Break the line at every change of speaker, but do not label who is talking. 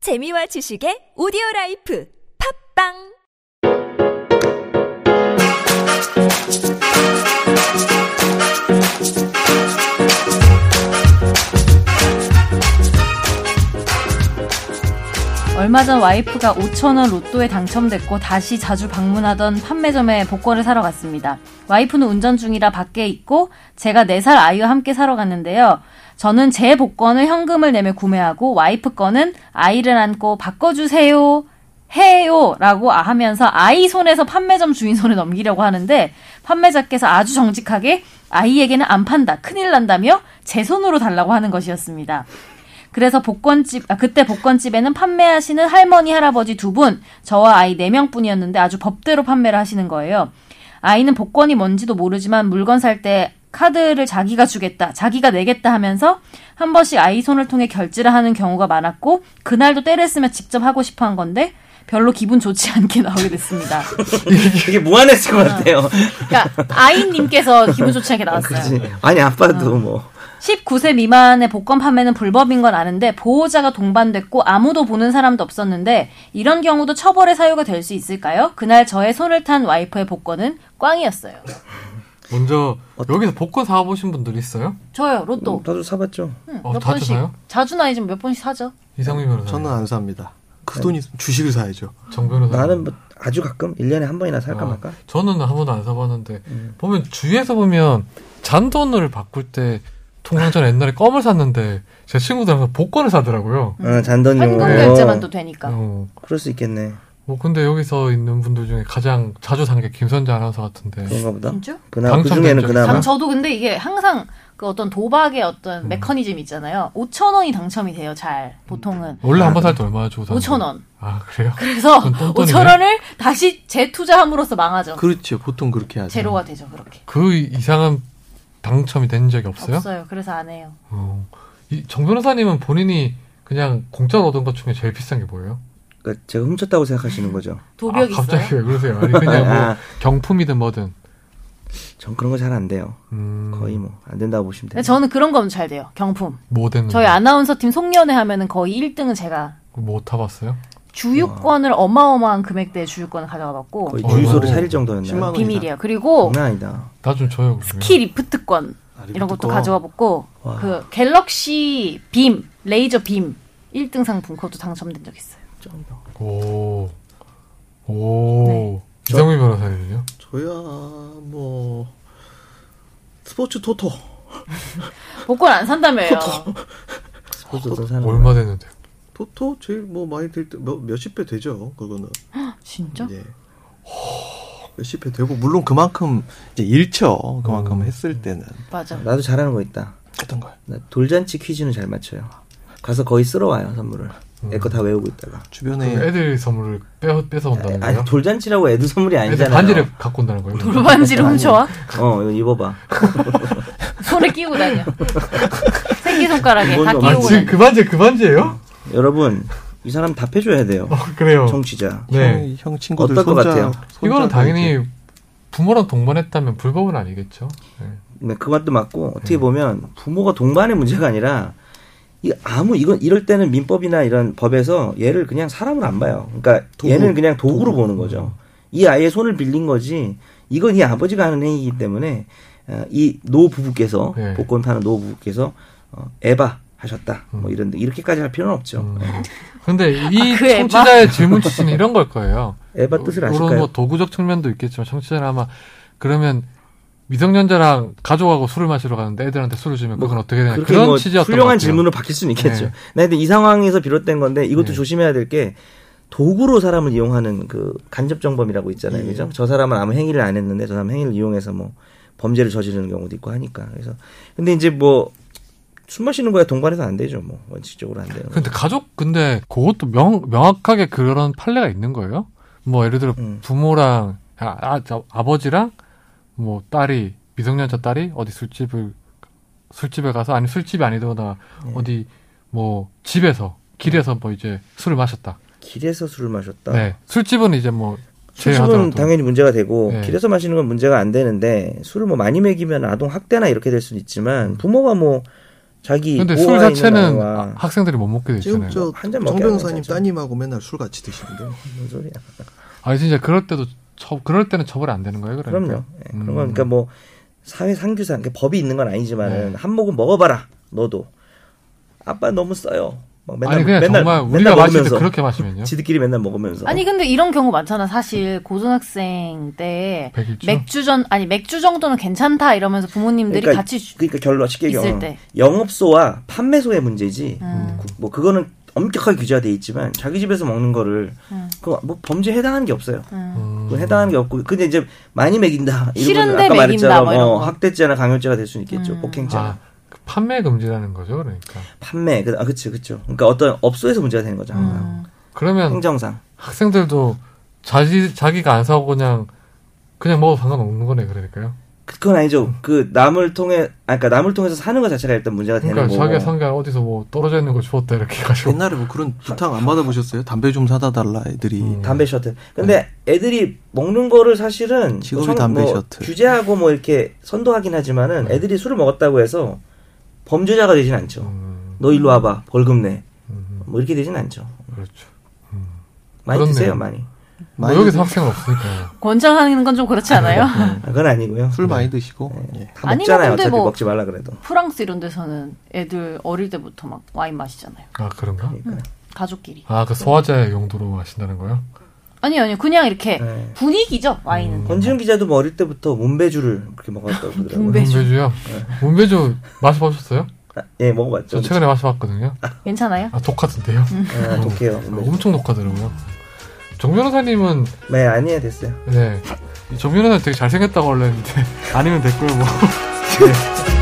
재미와 지식의 오디오 라이프 팝빵
얼마 전 와이프가 5천원 로또에 당첨됐고 다시 자주 방문하던 판매점에 복권을 사러 갔습니다. 와이프는 운전 중이라 밖에 있고 제가 4살 아이와 함께 사러 갔는데요. 저는 제 복권을 현금을 내며 구매하고 와이프 거는 아이를 안고 바꿔주세요. 해요! 라고 하면서 아이 손에서 판매점 주인 손에 넘기려고 하는데 판매자께서 아주 정직하게 아이에게는 안 판다. 큰일 난다며 제 손으로 달라고 하는 것이었습니다. 그래서 복권집 아, 그때 복권집에는 판매하시는 할머니 할아버지 두 분, 저와 아이 네 명뿐이었는데 아주 법대로 판매를 하시는 거예요. 아이는 복권이 뭔지도 모르지만 물건 살 때 카드를 자기가 주겠다, 자기가 내겠다 하면서 한 번씩 아이 손을 통해 결제를 하는 경우가 많았고 그날도 때를 쓰면 직접 하고 싶어 한 건데 별로 기분 좋지 않게 나오게 됐습니다.
되게 무한했을 것 같아요.
그러니까 아이님께서 기분 좋지 않게 나왔어요.
그치? 아니 아빠도 뭐
19세 미만의 복권 판매는 불법인 건 아는데 보호자가 동반됐고 아무도 보는 사람도 없었는데 이런 경우도 처벌의 사유가 될 수 있을까요? 그날 저의 손을 탄 와이프의 복권은 꽝이었어요.
먼저 여기서 복권 사보신 분들 있어요?
저요 로또
나도 사봤죠.
응,
어,
몇
자주
번씩
사요?
자주 나이 좀몇 번씩 사죠.
이상민 변호사.
네, 저는 안 삽니다. 그 돈이 있으면 주식을 사야죠.
정 변호사.
나는 뭐 아주 가끔 1년에 한 번이나
아.
살까 말까.
저는 한 번도 안 사봤는데
네.
보면 주위에서 보면 잔돈을 바꿀 때 통상전 옛날에 껌을 샀는데 제 친구들 항상 복권을 사더라고요.
음.
어, 잔돈
현금
용으로.
결제만도 되니까.
어,
그럴 수 있겠네.
뭐 근데 여기서 있는 분들 중에 가장 자주 산 게 김선재 아나운서 같은데
네.
그런가 보다.
진짜?
그나 그
당첨된
중에는
적
그나마
당, 저도 근데 이게 항상 그 어떤 도박의
음.
어떤 메커니즘 있잖아요. 5천 원이 당첨이 돼요. 잘 보통은
원래 한 번
아,
살 때 얼마나 주고 사는
5천
거예요?
원.
아 그래요?
그래서
그건 똥돈이네.
5천 원을 다시 재투자함으로써 망하죠.
그렇죠. 보통 그렇게 하죠.
제로가 되죠 그렇게.
그 이상한 당첨이 된 적이 없어요?
없어요. 그래서 안 해요.
어. 이 정 변호사님은 본인이 그냥 공짜로 얻은 것 중에 제일 비싼 게 뭐예요?
그러니까 제가 훔쳤다고 생각하시는 거죠.
도벽
아,
있어요?
갑자기 왜 그러세요? 아니 그냥 뭐
아.
경품이든 뭐든.
전 그런 거 잘 안 돼요.
음,
거의 뭐 안 된다고 보시면 돼요.
근데 저는 그런 거는 잘 돼요. 경품.
뭐든
저희 아나운서 팀 송년회 하면은 거의 1등은 제가
뭐 타봤어요?
주유권을 어마어마한 금액대의 주유권을 가져가 봤고
거의 음.
어,
주유소를
어.
차릴 정도였나요?
10만 원.
비밀이에요. 그리고
장난 아니다.
나 좀 줘요. 그러면.
스키 리프트권
아,
이런 것도
리프트권.
가져가 봤고
와.
그 갤럭시 빔 레이저 빔 1등 상품 그것도 당첨된 적 있어요.
오. 오.
네.
이정민 변호사님은요?
저야 뭐 스포츠 토토.
복권 안 산다며요.
소주도 사는 거.
얼마 됐는데요?
토토 제일 뭐 많이 들때몇 몇십 배 되죠. 그거는.
진짜?
예. 몇십 배 되고 물론 그만큼 이제 일처 그만큼 했을 때는
맞아.
나도 잘하는 거 있다.
어떤 음. 걸
나 돌잔치 퀴즈는 잘 맞춰요. 가서 거의 쓸어 와요 선물을. 애 거 다 외우고 있다가.
주변에
애들 선물을 빼, 뺏어 온다는
네. 아니
거예요?
돌잔치라고 애들 선물이
음. 애들
아니잖아요.
반지를 갖고 온다는 거예요? 아,
돌반지를 훔쳐와
어 이거 입어봐.
손에 끼고 다녀. 새끼 손가락에 다
이건
아,
끼우고
지금
다녀.
그 반지, 그 반지예요?
여러분 이 사람 답해줘야 돼요.
어, 그래요.
네. 정치자.
네.
형, 형 친구들
어떨 것
손자,
같아요?
손자가
이거는
이제
당연히 부모랑 동반했다면 불법은 아니겠죠? 네.
네, 그것도 맞고 어떻게 보면 부모가 동반의 문제가 아니라 이 아무 이건 이럴 때는 민법이나 이런 법에서 얘를 그냥 사람을 안 봐요. 그러니까
도구.
얘는 그냥 도구로 보는 거죠. 이 아이의 손을 빌린 거지. 이건 이 아버지가 하는 행위이기 때문에 어, 이 노 부부께서
네.
복권 파는 노 부부께서 어, 에바 하셨다. 뭐 이런 데 이렇게까지 할 필요는 없죠. 네.
근데 이
아, 그 애마?
청취자의 질문 취지는 이런 걸 거예요.
에바 뜻을
물론
아실까요?
뭐 도구적 측면도 있겠지만 청취자는 아마 그러면 미성년자랑 가족하고 술을 마시러 가는데 애들한테 술을 주면 그건 어떻게 되냐
그렇게
네, 그런
뭐
취지였던 것
훌륭한
같아요.
질문으로 바뀔 수는 있겠죠.
네.
네. 근데 이 상황에서 비롯된 건데 이것도
네.
조심해야 될 게 도구로 사람을 이용하는 그 간접정범이라고 있잖아요.
네.
그죠? 저 사람은 아무 행위를 안 했는데 저 사람 행위를 이용해서 뭐 범죄를 저지르는 경우도 있고 하니까. 그래서 근데 이제 뭐 숨 마시는 거야 동반해서 안 되죠. 뭐 원칙적으로 안 돼요.
근데 가족 근데 그것도 명, 명확하게 그런 판례가 있는 거예요. 뭐 예를 들어
음.
부모랑 아, 아, 저 아버지랑 뭐 딸이 미성년자 딸이 어디 술집을 술집에 가서 아니 술집이 아니더라
네.
어디 뭐 집에서 길에서 뭐 이제 술을 마셨다.
길에서 술을 마셨다.
네. 술집은 이제 뭐
술은
제외하더라도
당연히 문제가 되고
네.
길에서 마시는 건 문제가 안 되는데 술을 뭐 많이 먹이면 아동 학대나 이렇게 될 수는 있지만 부모가 뭐 자기
근데
오아이는
술 자체는
아이와
아, 학생들이 못 먹게 돼
지금
있잖아요.
한잔
저정
먹게 하는
변호사님
거죠.
따님하고 맨날 술 같이 드시는데
뭔 소리야?
아니 진짜 그럴 때도 처, 그럴 때는 처벌이 안 되는 거예요, 그러니까.
그럼요. 예, 그런
음.
건 그러니까 뭐 사회 상규상 그러니까 법이 있는 건 아니지만은
네.
한 모금 먹어봐라 너도 아빠 너무 써요. 막 맨날
아니 그냥
맨날
정말
맨날
우리가 마실 때
먹으면서
그렇게 마시면요.
지들끼리 맨날 먹으면서
아니 근데 이런 경우 많잖아 사실 고등학생 때
백일주?
맥주 전 아니 맥주 정도는 괜찮다 이러면서 부모님들이
그러니까,
같이 주-
그러니까 결론 쉽게
있을
경험
때. 음. 영업소와
영업소와 판매소의 문제지
음,
구- 뭐 그거는 엄격하게 규제돼 있지만 자기 집에서 먹는 거를
음.
그거 뭐 범죄 에 해당하는 게 없어요. 음.
음.
그건 해당하는 게 없고 근데 이제 많이 먹인다 이런 건
싫은데
아까
먹인다,
말했잖아
뭐 이런
뭐
거. 음.
학대죄나 강요죄가 될 수는 있겠죠 폭행죄
아, 그 판매 금지라는 거죠, 그러니까.
판매 그, 아 그치 그쵸 그러니까 어떤 업소에서 문제가 되는
음.
거죠
음.
항상
그러면
행정상
학생들도 자기 자기가 안 사고 그냥 그냥 먹어도 상관없는 거네, 그러니까요.
아, 그건 아니죠 그 남을 통해 아 그러니까 남을 통해서 사는 것 자체가 일단 문제가 되는
그러니까 자기가
거고
상가 어디서 뭐 떨어져 있는 거 주웠다 이렇게 가지고
옛날에 뭐 그런 부탁 안 받아보셨어요? 담배 좀 사다 달라 애들이
음.
담배 셔틀 근데
네.
애들이 먹는 거를 사실은
직업이
뭐
담배
뭐
셔틀.
규제하고 뭐 이렇게 선도하긴 하지만은 애들이 술을 먹었다고 해서 범죄자가 되진 않죠
음,
너 일로 와봐 벌금 내뭐
음,
이렇게 되진 않죠
그렇죠.
많이
그렇네요.
드세요 많이
뭐
많이
여기서
드시-
학생은 없으니까.
권장하는 건 좀 그렇지 않아요?
아, 그건 아니고요
술 많이 드시고 예.
다
아니면
먹잖아요
근데
어차피
뭐-
먹지 말라 그래도
프랑스 이런 데서는 애들 어릴 때부터 막 와인 마시잖아요.
아 그런가?
그러니까
가족끼리.
아 그 소화제 용도로 마신다는 거요?
아니 아니 그냥 이렇게
네.
분위기죠 와인은.
권지훈 기자도 뭐 어릴 때부터 문배주를 그렇게 먹었다고 그러더라고요.
문배주.
문배주요?
네.
문배주 마셔보셨어요?
아, 예,
저
먹어봤죠.
최근에 마셔봤거든요.
괜찮아요?
아 독하던데요?
아, 독해요.
네.
문배주.
엄청 독하더라고요. 정 변호사님은
네, 아니에요, 됐어요.
네. 이정 변호사 되게 잘생겼다고 원래 했는데 아니면 댓글 뭐. 네.